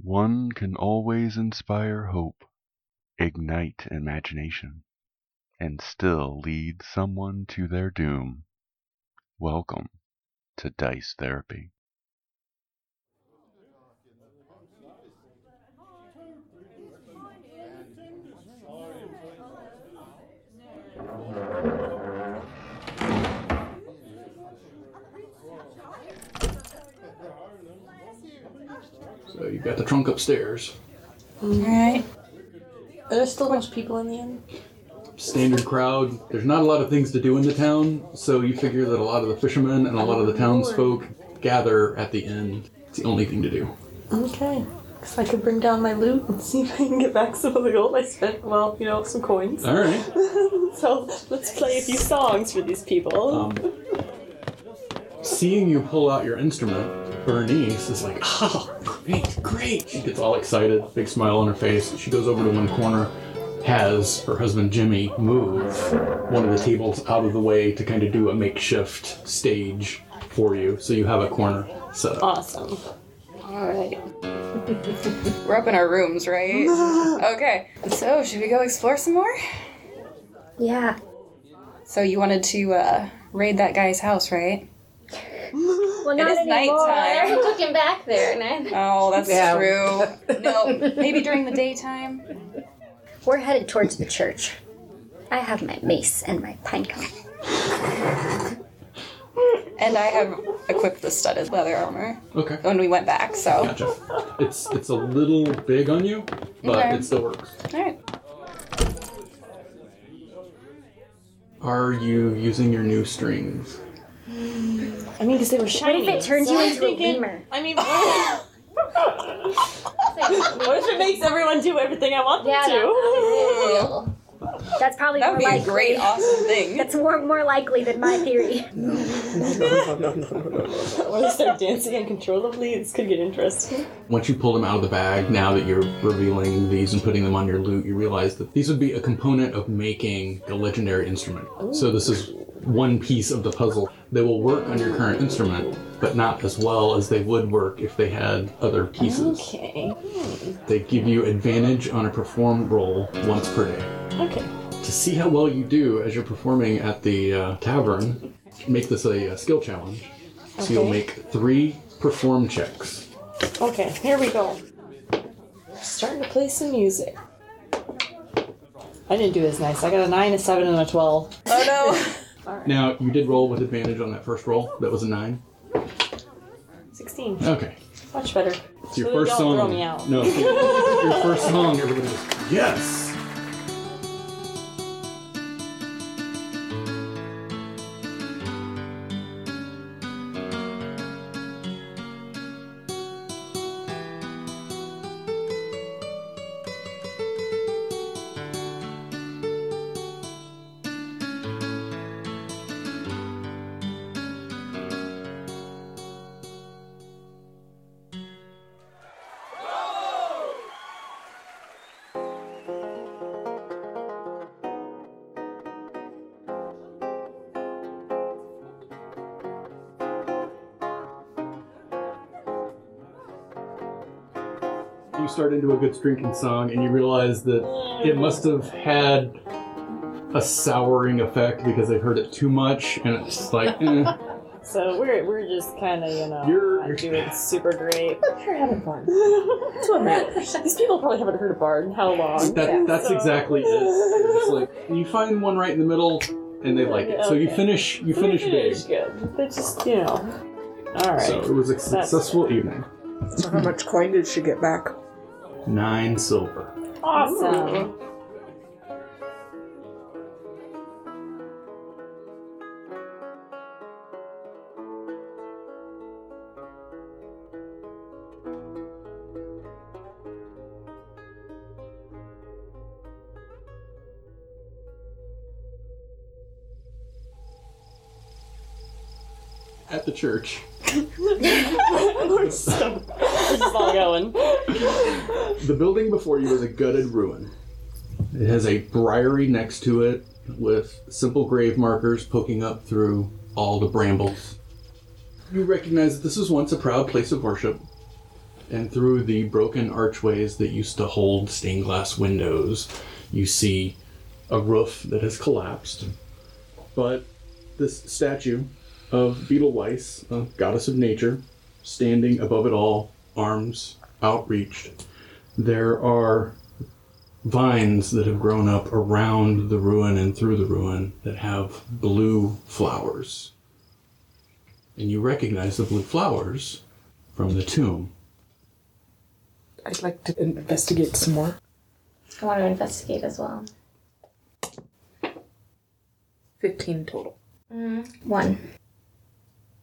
One can always inspire hope, ignite imagination, and still lead someone to their doom. Welcome to Dice Therapy. So you've got the trunk upstairs. Alright. Are there still a bunch of people in the inn? Standard crowd. There's not a lot of things to do in the town, so you figure that a lot of the fishermen and a lot of the townsfolk gather at the end. It's the only thing to do. Okay. Guess I could bring down my loot and see if I can get back some of the gold I spent. Well, you know, some coins. All right. So let's play a few songs for these people. Um, seeing you pull out your instrument, Bernice is like, "Ah, great, great!" She gets all excited, big smile on her face. She goes over to one corner, has her husband Jimmy move one of the tables out of the way to kind of do a makeshift stage for you, so you have a corner set up. awesome. Alright. We're up in our rooms, right? okay. So, should we go explore some more? Yeah. So, you wanted to uh, raid that guy's house, right? Well, not is anymore. I nighttime. already took him back there, and I, Oh, that's Yeah. true. No, maybe during the daytime. we're headed towards the church. I have my mace and my pine cone. And I have equipped the studded leather armor Okay. when we went back, so. Gotcha. It's it's a little big on you, but Okay. it still works. Alright. Are you using your new strings? I mean, because they were What if shiny. it turns so you I'm into a thinking- lemur? I mean, what if, what if it makes everyone do everything I want them Yeah, to? that- that's probably That would be more a likely. great, awesome thing. That's more more likely than my theory. Or they start dancing uncontrollably. This could get interesting. Once you pull them out of the bag, now that you're revealing these and putting them on your loot, you realize that these would be a component of making a legendary instrument. So this is one piece of the puzzle. They will work on your current instrument, but not as well as they would work if they had other pieces. Okay. They give you advantage on a perform roll once per day. Okay. To see how well you do as you're performing at the uh, tavern, make this a, uh skill challenge. So you'll Okay. make three perform checks. Okay, here we go. Starting to play some music. I didn't do as nice. I got a 9, a 7, and a 12. Oh no. Now you did roll with advantage on that first roll. That was a nine. 16. Okay. Much better. It's your So first don't song. throw me out. No. your first song. Everybody goes yes. You start into a good drinking song, and you realize that it must have had a souring effect because they heard it too much, and it's just like. eh. So we're, we're just kind of, you know, You're- not you're- doing super great. But we're having fun. That's what matters. These people probably haven't heard a bard in how long. That, That's So- exactly it. It's like you find one right in the middle, and they like it. So you Okay. finish. You We finish big. finished good. They just, you know. Alright. So it was a successful evening. So how much coin did she get back? Nine silver. awesome. At the church, we're so- we're just all going. the building before you is a gutted ruin. It has a briary next to it with simple grave markers poking up through all the brambles. You recognize that this was once a proud place of worship. and through the broken archways that used to hold stained glass windows, you see a roof that has collapsed. But this statue of Beetle Weiss, a goddess of nature, standing above it all, arms outreached. There are vines that have grown up around the ruin and through the ruin that have blue flowers. And you recognize the blue flowers from the tomb. I'd like to investigate some more. I want to investigate as well. 15 total. One.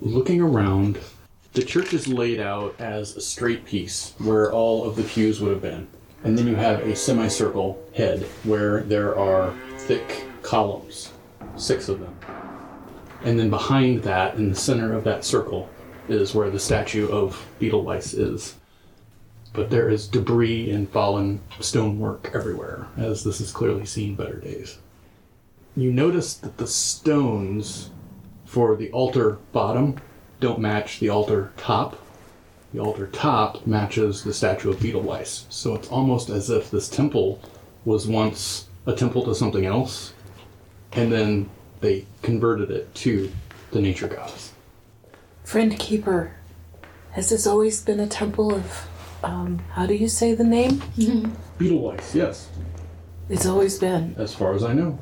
Looking around, the church is laid out as a straight piece where all of the pews would have been. And then you have a semicircle head where there are thick columns, six of them. And then behind that, in the center of that circle, is where the statue of Beetleweiss is. But there is debris and fallen stonework everywhere, as this has clearly seen better days. You notice that the stones for the altar bottom don't match the altar top. The altar top matches the statue of Beetlejuice. So it's almost as if this temple was once a temple to something else, and then they converted it to the nature goddess. Friend Keeper, has this always been a temple of, um, how do you say the name? Beetlejuice, yes, It's always been. as far as I know.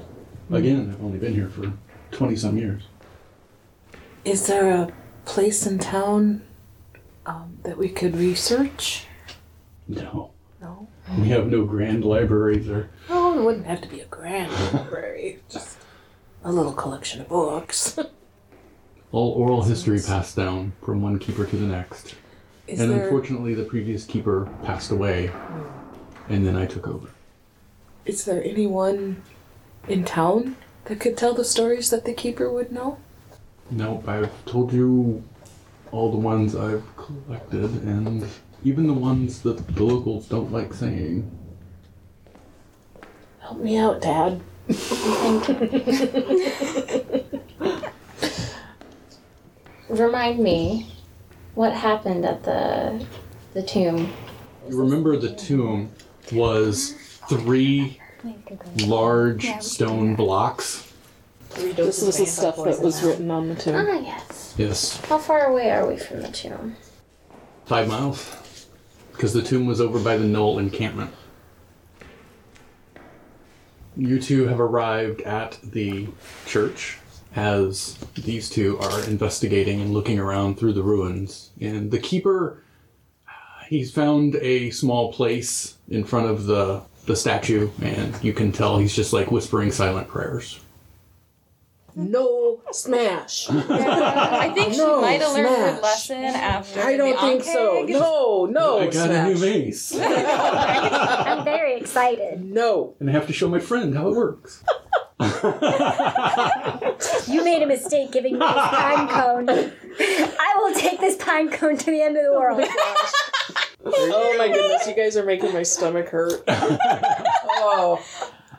Again, I've only been here for 20 some years. Is there a place in town um, that we could research? No, No. we have no grand libraries or. Oh, it wouldn't have to be a grand library. Just a little collection of books. All oral history passed down from one keeper to the next. Is and there unfortunately, the previous keeper passed away, and then I took over. is there anyone in town that could tell the stories that the keeper would know? Nope, I've told you all the ones I've collected, and even the ones that the locals don't like saying. Help me out, Dad. Remind me what happened at the the tomb. You remember the tomb was three large stone blocks? This was the stuff that was written on the tomb. Ah, yes. Yes. How far away are we from the tomb? Five miles? Because the tomb was over by the knoll encampment. You two have arrived at the church as these two are investigating and looking around through the ruins. And the keeper, uh, he's found a small place in front of the, the statue, and you can tell he's just like whispering silent prayers. No smash. I think she No, might have learned her smash. lesson after. I don't the think so. Ankh. No, no I got a smash. new vase, I'm very excited. No. and I have to show my friend how it works. You made a mistake giving me this pine cone. I will take this pine cone to the end of the world. Oh my goodness, you guys are making my stomach hurt. oh,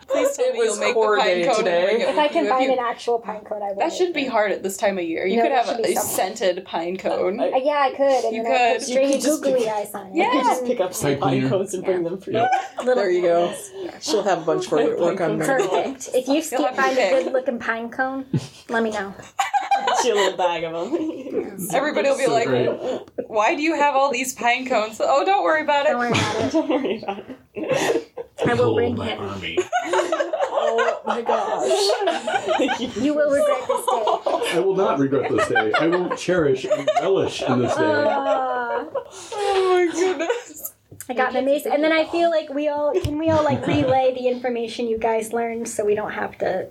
Please tell It me was you'll make core the pine day cone and today. bring it If I with can you. find you- an actual pine cone, I will. that should be hard at this time of year. You No, could that have should a, be a somewhere. scented pine cone. I- Uh, yeah, I could. And You then I could. put string You could just googly pick- eyes on it. Yeah. You just pick up some Pipe pine cleaner. cones and bring them for Yep. Little there you go. things. She'll have a bunch for you to work on. there. Perfect. If you You'll have can your find a pick. good looking pine cone, let me know. you. A little bag of them. Everybody will be like, Right? "Why do you have all these pine cones?" Oh, don't worry about Don't worry it. about it. Don't worry about it. I will Behold bring my him. army. Oh my gosh. You will regret this day. I will not regret this day. I will cherish and relish in this day. Ah. Oh my goodness. I got my mace, and then I feel like we all can we all like relay the information you guys learned, so we don't have to.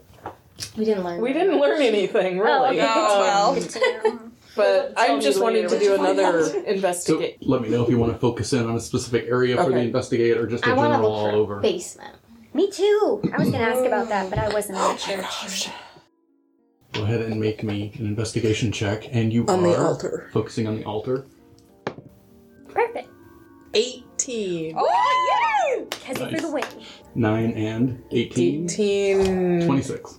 We didn't learn. We didn't learn anything, really. Um, No, Oh, well. But I'm just wanting to do another So investigate. let me know if you want to focus in on a specific area for the Okay. investigate or just a I want to general look all for over. basement. Me too. I was gonna ask about that, but I wasn't in the church. Go ahead and make me an investigation check, and you On the are altar. focusing on the altar. Perfect, 18. Oh yeah! because for the win. Nine and 18. 18. 26.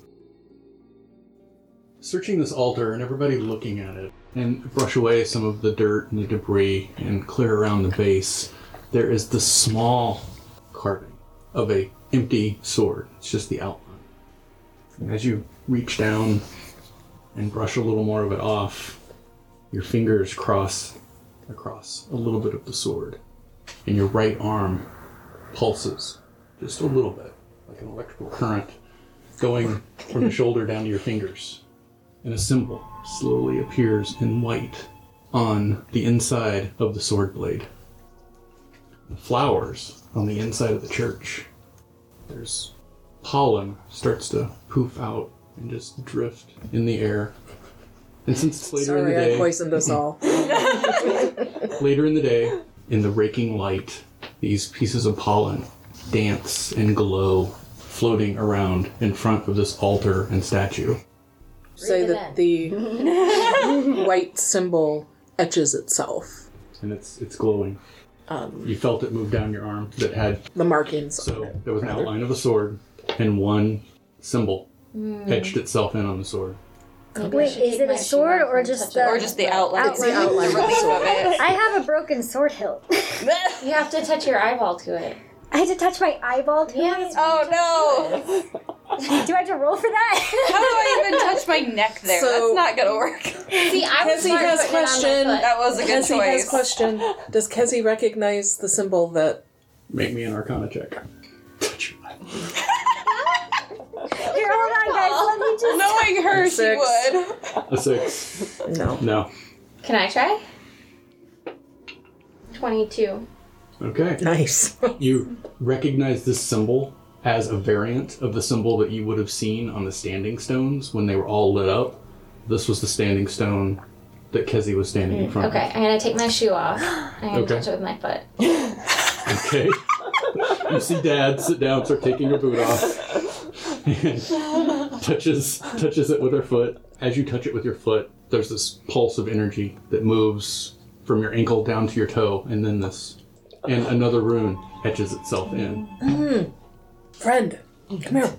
searching this altar and everybody looking at it and brush away some of the dirt and the debris and clear around the base, there is the small carving of a empty sword. It's just the outline. And as you reach down and brush a little more of it off, your fingers cross across a little bit of the sword, and your right arm pulses just a little bit, like an electrical current going from the shoulder down to your fingers. And a symbol slowly appears in white on the inside of the sword blade. The flowers on the inside of the church. There's pollen starts to poof out and just drift in the air. And since it's later in the Sorry, day, I poisoned us all. Later in the day, in the raking light, these pieces of pollen dance and glow, floating around in front of this altar and statue. Say that the white symbol etches itself. And it's it's glowing. Um, You felt it move down your arm that had the markings. so there was an outline of a sword and one symbol etched itself in on the sword. Wait, is it a sword or just the? Or just the outline. It's the outline. The relief of it. I have a broken sword hilt. You have to touch your eyeball to it. I had to touch my eyeball. To Yeah. Oh no! it. Do I have to roll for that? How do I even touch my neck there? That's So- not gonna work. See, I was Cassie smart has putting question. it on my foot. That was a good Kezzy has choice. question. Does Kezzy recognize the symbol that Make me an arcana check. Here, hold on, guys. Let me just. Knowing her, she Six. would. A six. no? No. Can I try? 22. Okay. Nice. You recognize this symbol as a variant of the symbol that you would have seen on the standing stones when they were all lit up. This was the standing stone that Kezi was standing in front Okay, I'm gonna take my shoe off. I'm gonna Okay. touch it with my foot. of. Okay. you see Dad sit down, start taking her boot off, and touches touches it with her foot. As you touch it with your foot, there's this pulse of energy that moves from your ankle down to your toe, and then this and another rune etches itself in. Friend, come here.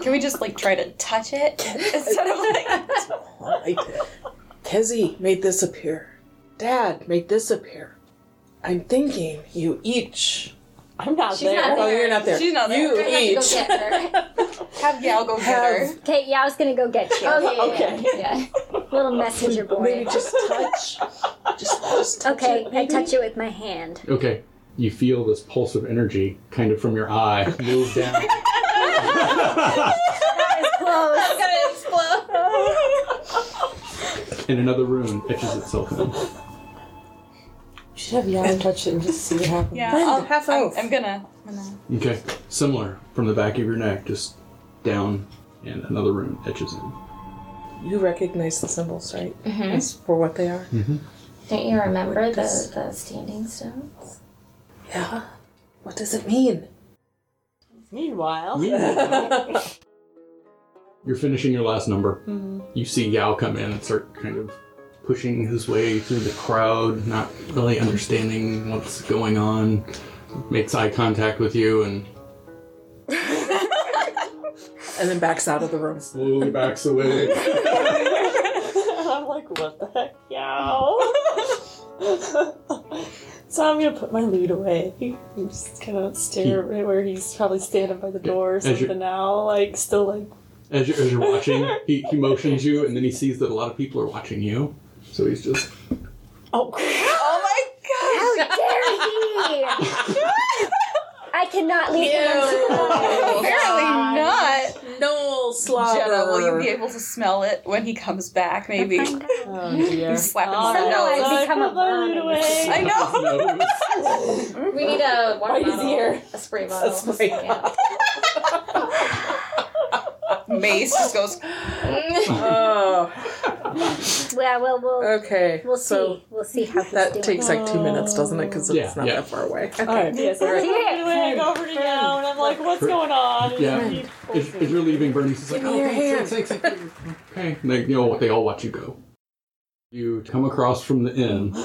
Can we just like try to touch it instead of like? I, Kezzy made this appear. Dad made this appear. I'm thinking you each. I'm not She's there. not Oh, there. you're not there. She's not there. You I Go each get her. Have yeah, I'll go get her. have Okay, yeah, I was gonna go get you. Oh, yeah, yeah, yeah, yeah. Little messenger boy. maybe just touch. Just, just touch Okay, it, I maybe? touch it with my hand. Okay. You feel this pulse of energy kind of from your eye move down. Close. gonna explode. and another rune etches itself in. You should have Yana touch it and just see what happens. Yeah, Friend, I'll, half I'm, elf. I'm gonna. I'm gonna. Okay. Similar from the back of your neck, just down, and another rune etches in. You recognize the symbols, right? As for what they Hmm. are. Don't you remember the, the standing stone? Yeah. What does it mean? Meanwhile, You're finishing your last number. You see Yao come in and start kind of pushing his way through the crowd, not really understanding what's going on. Makes eye contact with you and And then backs out of the room. slowly backs away. I'm like, what the heck, y'all? so I'm gonna put my loot away. I'm just gonna stare at where he's probably standing by the door or As you're- something now, like still like As you're, as you're watching, he, he motions you, and then he sees that a lot of people are watching you. So he's just oh crap. Oh my How dare he! I cannot leave him. god! Apparently not. No slobber. Jenna, will you be able to smell it when he comes back? Maybe Oh dear. you slap him Oh, on the no, nose. I- I become a put my loot bird. away. I know. no. We need a water Right bottle. here. A spray bottle. spray Yeah. Mace just goes. Oh, Yeah, well, we'll okay. we'll so see. We'll see how he's that doing. takes like two minutes, doesn't it? Because Yeah, it's not yeah. that far away. All right, yes, I put my loot away. I go over to Yao and I'm like, what's going on? And Yeah. he pulls As, me. as you're leaving, Bernie's just like, Give me oh, your thanks, thanks, thanks, thanks, thanks." okay. And they, you know, they all watch you go. You come across from the inn.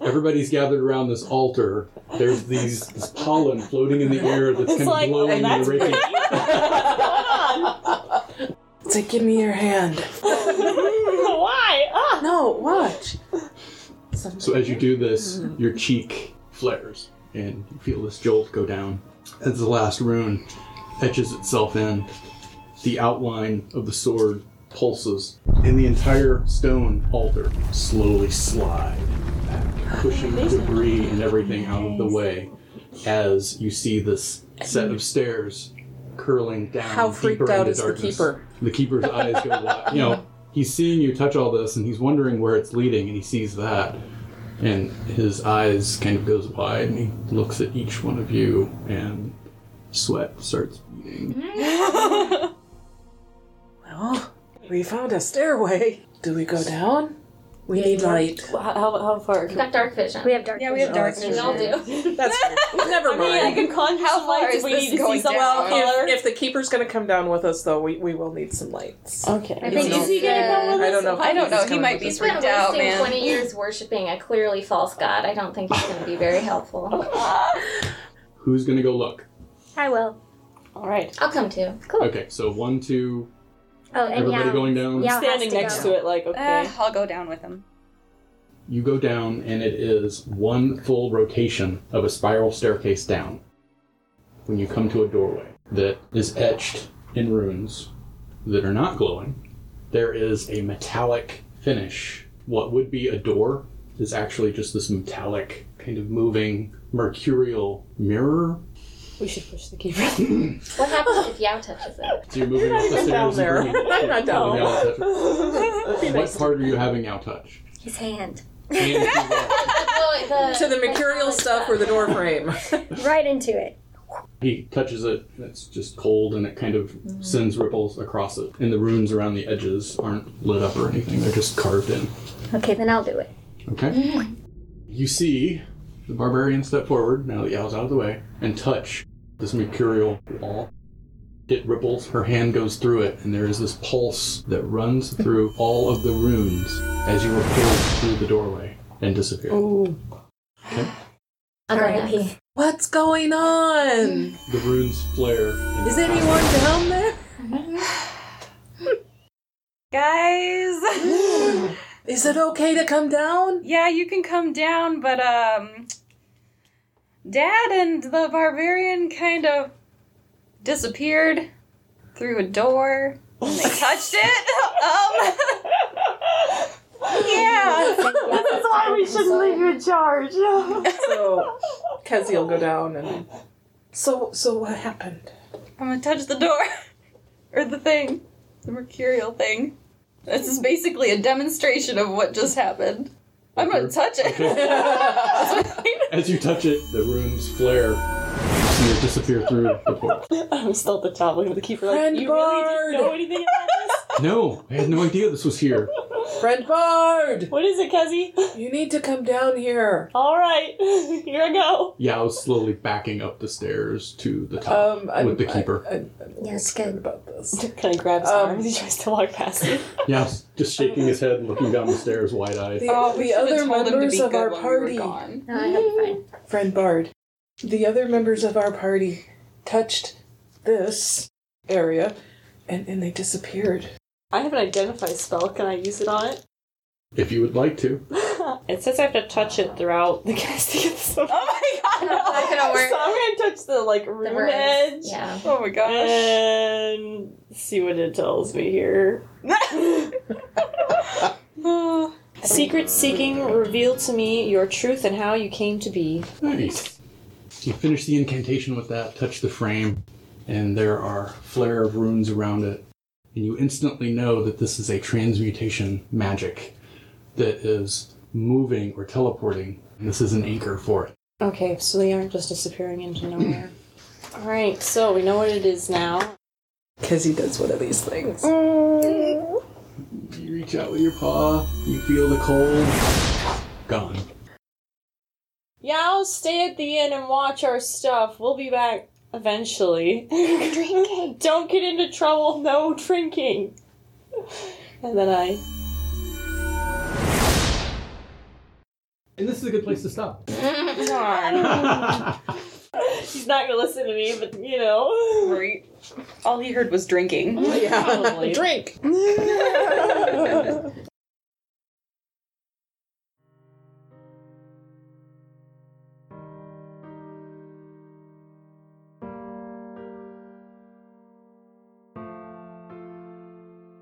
Everybody's gathered around this altar. There's these this pollen floating in the air that's It's kind like, of blowing that's and raking. pretty. what's going on? say, give me your hand. Why? Ah! No, watch. So as you do this, your cheek flares and you feel this jolt go down. As the last rune etches itself in, the outline of the sword pulses, and the entire stone altar slowly slide back, pushing debris and everything out of the way as you see this set of stairs curling down. How freaked deeper out into is the darkness. keeper? The keeper's eyes go wide. You know, he's seeing you touch all this, and he's wondering where it's leading, and he sees that, and his eyes kind of goes wide, and he looks at each one of you, and sweat starts Mm-hmm. beading. Well, we found a stairway. Do we go down? We need light. How, how, how far? We've got dark vision. We have dark. Yeah, we have dark we all vision. do. That's never I mean, I mind. can conjure How some far lights is if we this need to see going some down? color. if the keeper's gonna come down with us, though, we, we will need some lights. Okay. I think think he's gonna come I don't know. if I don't he's know, he coming might with be us. He's been Freaked out, wasting man. 20 years worshiping a clearly false god. I don't think he's going to be very helpful. Who's gonna go look? I will. All right. I'll come too. Okay, so one, two, Oh, and everybody yeah. going down. Yeah. Standing has to next go. to it, like okay. Uh, I'll go down with him. You go down, and it is one full rotation of a spiral staircase down. When you come to a doorway that is etched in runes that are not glowing, there is a metallic finish. What would be a door is actually just this metallic, kind of moving, mercurial mirror. We should push the keeper. What happens if Yao touches it? So you're moving up the down stairs. there. and bringing it I'm not down to the outer touch. What part are you having now touch? His hand. And to what? No, the, To the mercurial stuff or the door frame. Right into it. He touches it, and it's just cold, and it kind of sends ripples across it. And the runes around the edges aren't lit up or anything, they're just carved in. Okay, then I'll do it. Okay? You see the barbarian step forward, now that Yao's out of the way, and touch this mercurial wall. It ripples, her hand goes through it, and there is this pulse that runs through all of the runes as you are pulled through the doorway and disappear. I'll go next. R.I.P. What's going on? The runes flare. and Is anyone down there? Guys! Is it okay to come down? yeah, you can come down, but, um. Dad and the barbarian kind of disappeared through a door. And they touched it. Um. yeah. That's why we shouldn't leave you. So Kezzy will go down and So, so what happened? I'm gonna touch the door. or the thing. The mercurial thing. This is basically a demonstration of what just happened. I'm gonna touch it. As you touch it, the runes flare and they disappear through the portal. I'm still at the top looking at the keeper. Like, Friend you really didn't know Bard. anything about this? No, I had no idea this was here. Friend Bard! What is it, Kezzy? You need to come down here. All right, here I go. Yeah, I was slowly backing up the stairs to the top Uh, Um, I'm, with the keeper. I, am Yes, good. about this. Kind of grabs Um, arm as he tries to walk past me. yeah, I was just shaking his head and looking down the stairs wide eyed. The, Oh, the other members of our party, No, I have fine. friend Bard, the other members of our party touched this area and, and they disappeared. I have an identify spell. Can I use it on it? If you would like to. It says I have to touch it throughout the casting of the spell. Oh my god! Not gonna work. So I'm gonna touch the like room The rose. edge Yeah. Oh my Eh. gosh. and see what it tells me here. Secret seeking, reveal to me your truth and how you came to be. Nice. You finish the incantation with that, touch the frame, and there are flare of runes around it. And you instantly know that this is a transmutation magic that is moving or teleporting. And this is an anchor for it. Okay, so they aren't just disappearing into nowhere. All right, so we know what it is now. Kezzy does one of these things. Mm. You reach out with your paw, you feel the cold. Gone. Yao, stay at the inn and watch our stuff. We'll be back eventually. drinking. Don't get into trouble. No drinking. And then I And this is a good place to stop. Darn. He's not gonna listen to me, but you know. Great. All he heard was drinking. Yeah. Probably. Drink.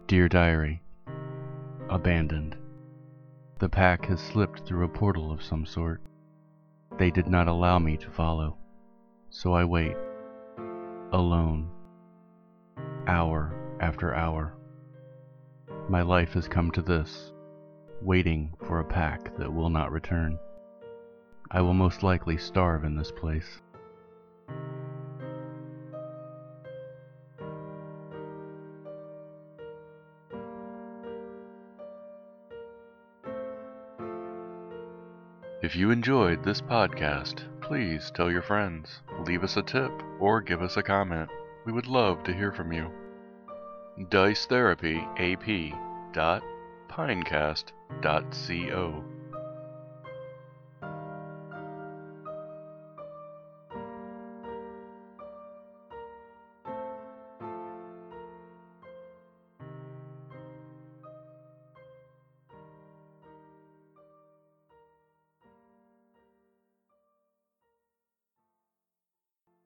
Dear Diary, Abandoned. The pack has slipped through a portal of some sort. They did not allow me to follow, so I wait. Alone. Hour after hour. My life has come to this waiting for a pack that will not return. I will most likely starve in this place. If you enjoyed this podcast, please tell your friends, leave us a tip, or give us a comment. We would love to hear from you. Dice Therapy AP dot pinecast dot co